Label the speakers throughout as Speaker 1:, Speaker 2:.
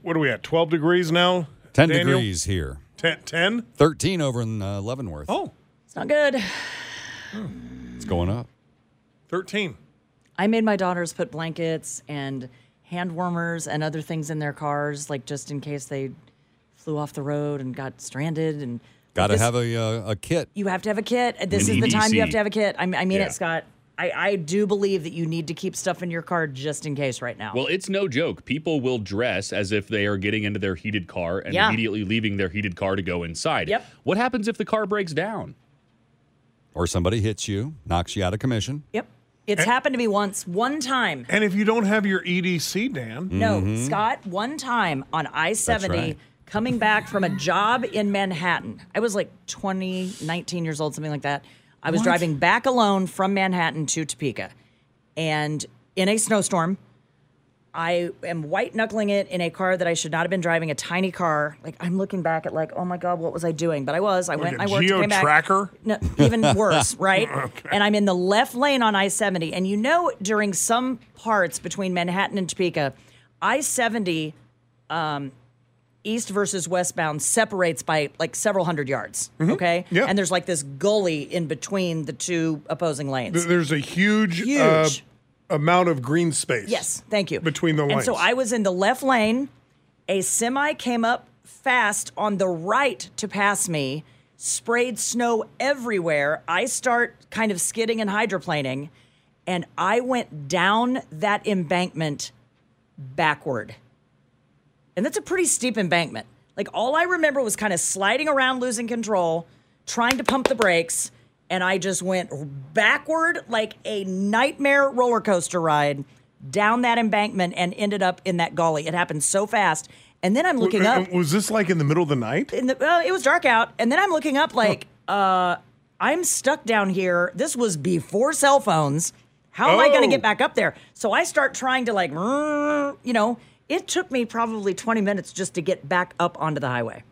Speaker 1: What are we at? 12 degrees now?
Speaker 2: 10 Daniel? degrees here.
Speaker 1: 10? 10?
Speaker 2: 13 over in uh, Leavenworth.
Speaker 1: Oh.
Speaker 3: It's not good.
Speaker 2: It's going up.
Speaker 1: 13.
Speaker 3: I made my daughters put blankets and hand warmers and other things in their cars, like just in case they flew off the road and got stranded and.
Speaker 2: Got to have a, uh, a kit.
Speaker 3: You have to have a kit. This An is EDC. the time you have to have a kit. I, I mean yeah. it, Scott. I, I, do believe that you need to keep stuff in your car just in case right now.
Speaker 4: Well, it's no joke. People will dress as if they are getting into their heated car and
Speaker 3: yeah.
Speaker 4: immediately leaving their heated car to go inside.
Speaker 3: Yep.
Speaker 4: What happens if the car breaks down?
Speaker 2: Or somebody hits you, knocks you out of commission.
Speaker 3: Yep. It's and, happened to me once, one time.
Speaker 1: And if you don't have your EDC, Dan.
Speaker 3: No, mm-hmm. Scott, one time on I 70 coming back from a job in Manhattan. I was like 20, 19 years old, something like that. I was what? driving back alone from Manhattan to Topeka. And in a snowstorm, I am white knuckling it in a car that I should not have been driving, a tiny car. Like I'm looking back at like, oh my God, what was I doing? But I was. I
Speaker 1: like
Speaker 3: went
Speaker 1: I
Speaker 3: worked.
Speaker 1: Geo
Speaker 3: came back.
Speaker 1: tracker?
Speaker 3: No, even worse, right? okay. And I'm in the left lane on I-70. And you know during some parts between Manhattan and Topeka, I-70 um, east versus westbound separates by like several hundred yards. Mm-hmm. Okay.
Speaker 1: Yeah.
Speaker 3: And there's like this gully in between the two opposing lanes.
Speaker 1: There's a huge,
Speaker 3: huge. Uh,
Speaker 1: amount of green space.
Speaker 3: Yes. Thank you.
Speaker 1: Between the
Speaker 3: and
Speaker 1: lanes.
Speaker 3: so I was in the left lane. A semi came up fast on the right to pass me, sprayed snow everywhere. I start kind of skidding and hydroplaning, and I went down that embankment backward and that's a pretty steep embankment. Like all I remember was kind of sliding around, losing control, trying to pump the brakes, and I just went backward like a nightmare roller coaster ride down that embankment and ended up in that gully. It happened so fast. And then I'm looking up.
Speaker 1: Was this like in the middle of the night?
Speaker 3: In the, well, it was dark out, and then I'm looking up like, oh. uh, I'm stuck down here. This was before cell phones. How am oh. I going to get back up there? So I start trying to like, you know, it took me probably 20 minutes just to get back up onto the highway.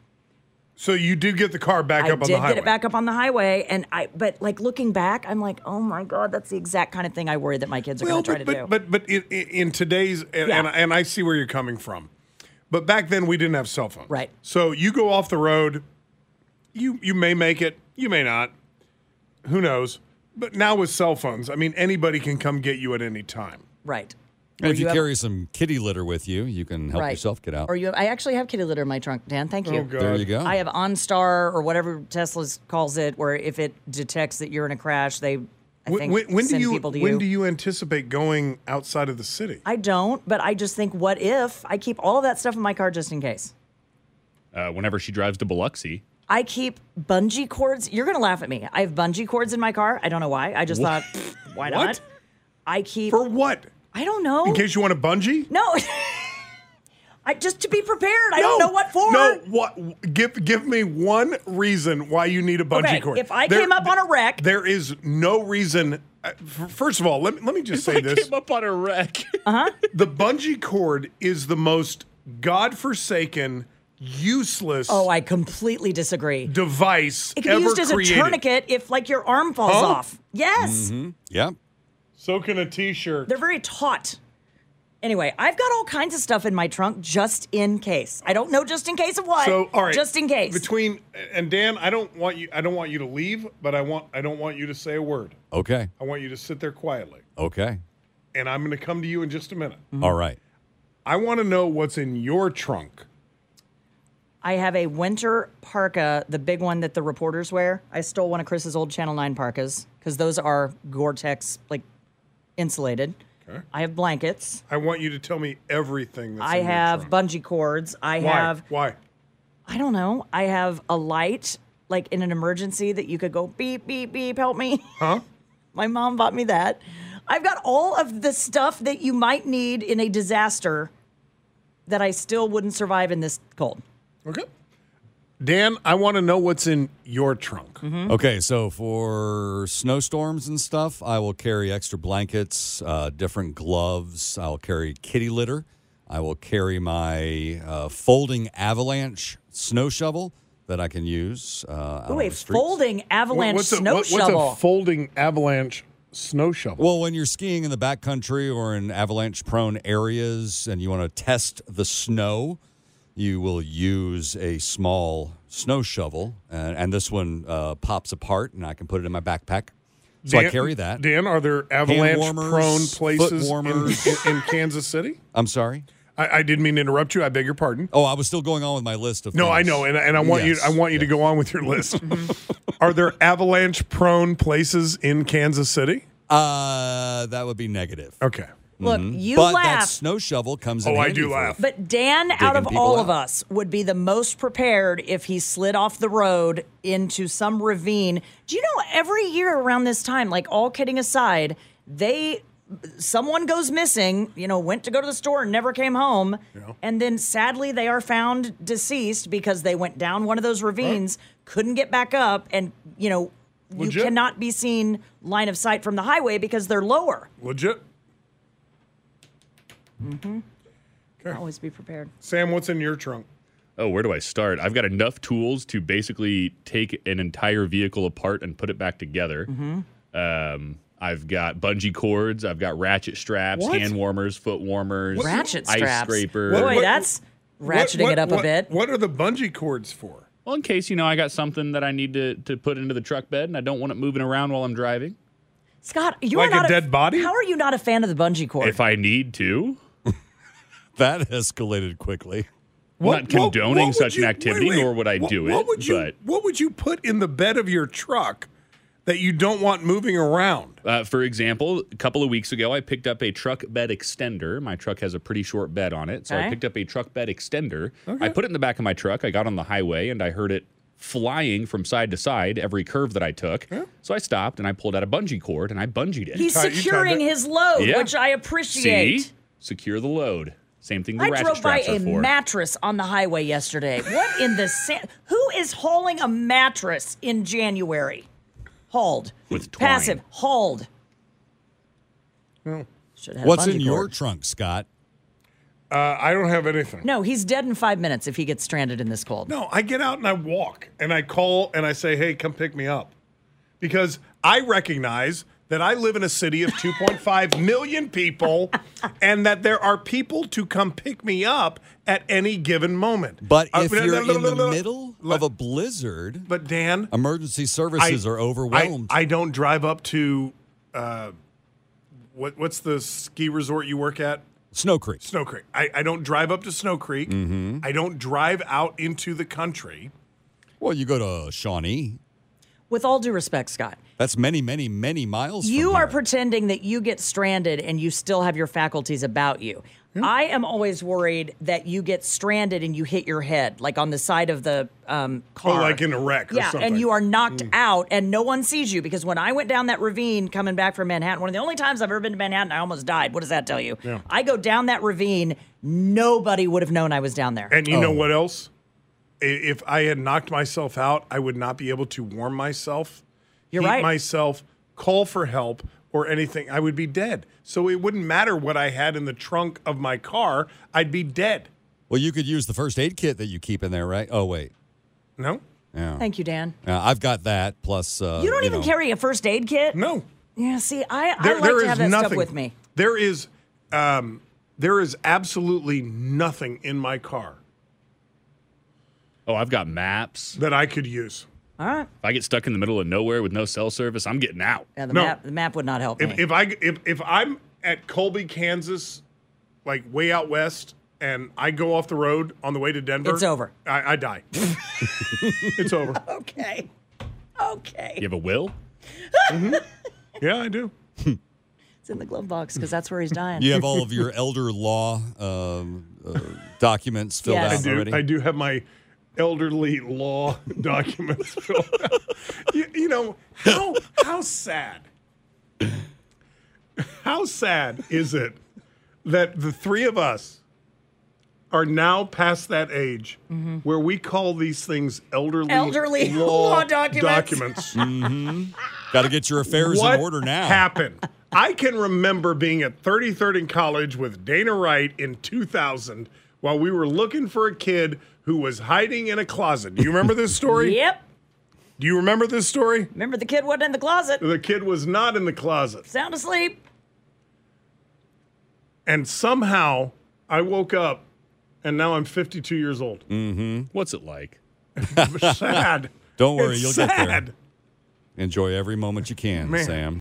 Speaker 1: So you did get the car back
Speaker 3: I
Speaker 1: up on the highway.
Speaker 3: I did get it back up on the highway, and I. But like looking back, I'm like, oh my god, that's the exact kind of thing I worry that my kids are
Speaker 1: well,
Speaker 3: going to
Speaker 1: try
Speaker 3: to do.
Speaker 1: But but in, in today's, and,
Speaker 3: yeah.
Speaker 1: and, and I see where you're coming from, but back then we didn't have cell phones,
Speaker 3: right?
Speaker 1: So you go off the road, you you may make it, you may not, who knows? But now with cell phones, I mean anybody can come get you at any time,
Speaker 3: right?
Speaker 2: And if you, you carry have, some kitty litter with you, you can help right. yourself get out.
Speaker 3: Or you, have, I actually have kitty litter in my trunk, Dan. Thank you.
Speaker 1: Oh, God.
Speaker 2: There you go.
Speaker 3: I have OnStar or whatever Tesla calls it, where if it detects that you're in a crash, they I
Speaker 1: when,
Speaker 3: think
Speaker 1: when, when
Speaker 3: send
Speaker 1: do you,
Speaker 3: people to
Speaker 1: when
Speaker 3: you.
Speaker 1: do you anticipate going outside of the city?
Speaker 3: I don't, but I just think, what if I keep all of that stuff in my car just in case?
Speaker 4: Uh, whenever she drives to Biloxi,
Speaker 3: I keep bungee cords. You're gonna laugh at me. I have bungee cords in my car. I don't know why. I just
Speaker 1: what?
Speaker 3: thought, why
Speaker 1: what?
Speaker 3: not? I keep
Speaker 1: for what?
Speaker 3: I don't know.
Speaker 1: In case you want a bungee?
Speaker 3: No. I just to be prepared. I
Speaker 1: no.
Speaker 3: don't know what for.
Speaker 1: No, what give give me one reason why you need a bungee
Speaker 3: okay,
Speaker 1: cord.
Speaker 3: If I
Speaker 1: there,
Speaker 3: came up on a wreck,
Speaker 1: there is no reason. uh, First of all, let me, let me just
Speaker 4: if
Speaker 1: say
Speaker 4: I
Speaker 1: this.
Speaker 4: came up on a wreck.
Speaker 3: Uh-huh.
Speaker 1: the bungee cord is the most godforsaken useless.
Speaker 3: Oh, I completely disagree.
Speaker 1: Device
Speaker 3: it can be used as
Speaker 1: created.
Speaker 3: a tourniquet if like your arm falls
Speaker 1: Huh?
Speaker 3: off. Yes.
Speaker 2: Mm-hmm. Yeah.
Speaker 1: So can a t-shirt.
Speaker 3: They're very taut. Anyway, I've got all kinds of stuff in my trunk just in case. I don't know just in case of what.
Speaker 1: So all right,
Speaker 3: Just in case.
Speaker 1: Between and Dan, I don't want you. I don't want you to leave, but I want. I don't want you to say a word.
Speaker 2: Okay.
Speaker 1: I want you to sit there quietly,
Speaker 2: Okay.
Speaker 1: and I'm going to come to you in just a minute.
Speaker 3: Mm-hmm.
Speaker 2: All right.
Speaker 1: I want to know what's in your trunk.
Speaker 3: I have a winter parka, the big one that the reporters wear. I stole one of Chris's old Channel 9 parkas because those are Gore-Tex, like insulated.
Speaker 1: Okay.
Speaker 3: I have blankets.
Speaker 1: I want you to tell me everything. That's
Speaker 3: I
Speaker 1: in your
Speaker 3: have
Speaker 1: trunk.
Speaker 3: bungee cords. I
Speaker 1: Why?
Speaker 3: have,
Speaker 1: Why?
Speaker 3: I don't know, I have a light, like in an emergency that you could go beep, beep, beep, help me.
Speaker 1: Huh?
Speaker 3: My mom bought me that. I've got all of the stuff that you might need in a disaster that I still wouldn't survive in this cold.
Speaker 1: Okay. Dan, I want to know what's in your trunk.
Speaker 3: Mm-hmm.
Speaker 2: Okay, so for snowstorms and stuff, I will carry extra blankets, uh, different gloves. I'll carry kitty litter. I will carry my uh, folding avalanche snow shovel that I can use. Uh, out
Speaker 3: Ooh,
Speaker 2: on
Speaker 3: a
Speaker 2: the streets.
Speaker 3: folding avalanche
Speaker 1: what's a,
Speaker 3: snow
Speaker 1: what-
Speaker 3: shovel.
Speaker 1: What's a folding avalanche snow shovel?
Speaker 2: Well, when you're skiing in the backcountry or in avalanche prone areas and you want to test the snow, you will use a small snow shovel. And, and this one uh, pops apart, and I can put it in my backpack. So I
Speaker 1: Dan-
Speaker 2: carry that.
Speaker 1: Dan, are there avalanche prone
Speaker 2: warmers, foot
Speaker 1: places in,
Speaker 2: warmers.
Speaker 1: in, in Kansas City?
Speaker 2: I'm sorry.
Speaker 1: I, I didn't mean to interrupt you. I beg your pardon.
Speaker 2: Oh, I was still going on with my list of.
Speaker 1: No, I
Speaker 2: things.
Speaker 1: know, and, and I want
Speaker 2: Yes,
Speaker 1: you. I want you to
Speaker 2: yes.
Speaker 1: go on with your list.
Speaker 3: Mm-hmm.
Speaker 1: Are there avalanche-prone places in Kansas City?
Speaker 2: Uh, that would be negative.
Speaker 1: Okay,
Speaker 3: Look, you
Speaker 2: but
Speaker 3: laugh.
Speaker 2: that snow shovel comes.
Speaker 1: Oh,
Speaker 2: in
Speaker 1: I
Speaker 2: handy
Speaker 1: do
Speaker 2: for
Speaker 1: laugh.
Speaker 2: it.
Speaker 3: But Dan, out of
Speaker 2: people
Speaker 3: all of
Speaker 2: out.
Speaker 3: us, would be the most prepared if he slid off the road into some ravine. Do you know every year around this time, like all kidding aside, they someone goes missing, you know, went to go to the store and never came home. And then sadly they are found deceased because they went down one of those ravines, couldn't get back up, and you know, you
Speaker 1: Legit.
Speaker 3: cannot be seen line of sight from the highway because they're lower.
Speaker 1: legit.
Speaker 3: Always be prepared.
Speaker 1: Sam, what's in your trunk?
Speaker 4: Oh, where do I start? I've got enough tools to basically take an entire vehicle apart and put it back together. Um, I've got bungee cords. I've got ratchet straps,
Speaker 1: What?
Speaker 4: hand warmers, foot warmers,
Speaker 3: Ratchet
Speaker 4: ice
Speaker 3: straps.
Speaker 4: scraper.
Speaker 3: Boy,
Speaker 1: What-
Speaker 3: that's ratcheting
Speaker 1: What-
Speaker 3: it up
Speaker 1: what-
Speaker 3: a bit.
Speaker 1: What are the bungee cords for?
Speaker 4: Well, in case you know, I got something that I need to to put into the truck bed, and I don't want it moving around while I'm driving.
Speaker 3: Scott, you
Speaker 1: Like
Speaker 3: are
Speaker 1: a
Speaker 3: not
Speaker 1: dead body?
Speaker 3: How are you not a fan of the bungee cord?
Speaker 4: If I need to,
Speaker 2: That escalated quickly.
Speaker 4: not condoning
Speaker 1: would
Speaker 4: such an
Speaker 1: you-
Speaker 4: activity,
Speaker 1: wait, wait.
Speaker 4: nor would I
Speaker 1: What-
Speaker 4: do it.
Speaker 1: What would you?
Speaker 4: but
Speaker 1: What would you put in the bed of your truck that you don't want moving around?
Speaker 4: Uh, for example, a couple of weeks ago, I picked up a truck bed extender. My truck has a pretty short bed on it. So
Speaker 3: Okay.
Speaker 4: I picked up a truck bed extender. I put it in the back of my truck. I got on the highway and I heard it flying from side to side every curve that I took. So I stopped and I pulled out a bungee cord and I bungeed it.
Speaker 3: He's
Speaker 1: tied- you tied
Speaker 3: securing
Speaker 1: it.
Speaker 3: his load,
Speaker 4: Yeah.
Speaker 3: which I
Speaker 4: See?
Speaker 3: appreciate.
Speaker 4: Secure the load. Same thing the
Speaker 3: I
Speaker 4: ratchet
Speaker 3: drove by
Speaker 4: straps
Speaker 3: a
Speaker 4: are for.
Speaker 3: mattress on the highway yesterday. What in the sand? Who is hauling a mattress in January? Hauled.
Speaker 4: With twine.
Speaker 3: Passive. Hauled. Should have
Speaker 2: What's
Speaker 3: bungee
Speaker 2: in your
Speaker 3: cord.
Speaker 2: trunk, Scott?
Speaker 1: Uh, I don't have anything.
Speaker 3: No, he's dead in five minutes if he gets stranded in this cold.
Speaker 1: No, I get out and I walk and I call and I say, hey, come pick me up. Because I recognize that I live in a city of 2.5 million people and that there are people to come pick me up at any given moment.
Speaker 2: But
Speaker 1: Uh,
Speaker 2: if
Speaker 1: no, no,
Speaker 2: you're
Speaker 1: no,
Speaker 2: in
Speaker 1: no,
Speaker 2: the
Speaker 1: no, no.
Speaker 2: middle
Speaker 1: Let-
Speaker 2: of a blizzard,
Speaker 1: But Dan,
Speaker 2: emergency services are overwhelmed.
Speaker 1: I, I don't drive up to uh, what, what's the ski resort you work at?
Speaker 2: Snow Creek.
Speaker 1: Snow Creek. I, I don't drive up to Snow Creek.
Speaker 2: Mm-hmm.
Speaker 1: I don't drive out into the country.
Speaker 2: Well, you go to Shawnee.
Speaker 3: With all due respect, Scott,
Speaker 2: That's many, many, many miles.
Speaker 3: You
Speaker 2: from
Speaker 3: are
Speaker 2: here.
Speaker 3: pretending that you get stranded and you still have your faculties about you.
Speaker 1: Hmm?
Speaker 3: I am always worried that you get stranded and you hit your head, like on the side of the um, car.
Speaker 1: Oh, like in a wreck or
Speaker 3: yeah,
Speaker 1: something. Hmm.
Speaker 3: and you are knocked out and no one sees you because when I went down that ravine coming back from Manhattan, one of the only times I've ever been to Manhattan, I almost died. What does that tell you? I go down that ravine, nobody would have known I was down there.
Speaker 1: And you know
Speaker 2: Oh.
Speaker 1: what else? I- If I had knocked myself out, I would not be able to warm myself,
Speaker 3: You're
Speaker 1: heat
Speaker 3: right.
Speaker 1: myself, call for help or anything. I would be dead. So it wouldn't matter what I had in the trunk of my car. I'd be dead.
Speaker 2: Well, you could use the first aid kit that you keep in there, right? Oh, wait.
Speaker 1: No,
Speaker 2: Yeah.
Speaker 3: Thank you, Dan.
Speaker 2: Yeah, I've got that. Plus, uh,
Speaker 3: You don't even
Speaker 2: know,
Speaker 3: carry a first aid kit?
Speaker 1: no.
Speaker 3: Yeah, see, I, I
Speaker 1: There,
Speaker 3: like
Speaker 1: there
Speaker 3: to
Speaker 1: is
Speaker 3: have that
Speaker 1: nothing
Speaker 3: stuff with me.
Speaker 1: There is, um, there is absolutely nothing in my car
Speaker 4: oh, I've got maps.
Speaker 1: that I could use.
Speaker 3: All right.
Speaker 4: If I get stuck in the middle of nowhere with no cell service, I'm getting out.
Speaker 3: Yeah, the,
Speaker 1: No.
Speaker 3: map, the map would not help me.
Speaker 1: If, if I if, if I'm at Colby, Kansas, like way out west, and I go off the road on the way to Denver,
Speaker 3: It's over.
Speaker 1: I, I die. it's over.
Speaker 3: Okay. Okay.
Speaker 4: You have a will?
Speaker 1: Yeah, I do.
Speaker 3: It's in the glove box because that's where he's dying.
Speaker 2: You have all of your elder law um, uh, documents filled
Speaker 3: Yes.
Speaker 1: I
Speaker 2: out
Speaker 1: do.
Speaker 2: already.
Speaker 1: I do have my elderly law documents. filled out. you, you know how how sad. How sad is it that the three of us are now past that age where we call these things elderly,
Speaker 3: Mm-hmm. Elderly law documents.
Speaker 1: documents.
Speaker 2: Got to get your affairs in order now.
Speaker 1: happened? I can remember being at 33rd in college with Dana Wright in 2000 while we were looking for a kid who was hiding in a closet. Do you remember this story?
Speaker 3: Yep.
Speaker 1: Do you remember this story?
Speaker 3: Remember the kid wasn't in the closet,
Speaker 1: The kid was not in the closet.
Speaker 3: sound asleep.
Speaker 1: And somehow I woke up and now I'm 52 years old.
Speaker 4: What's it like?
Speaker 1: Sad.
Speaker 2: Don't worry,
Speaker 1: It's
Speaker 2: you'll get there.
Speaker 1: sad.
Speaker 2: Enjoy every moment you can,
Speaker 1: Man.
Speaker 2: Sam.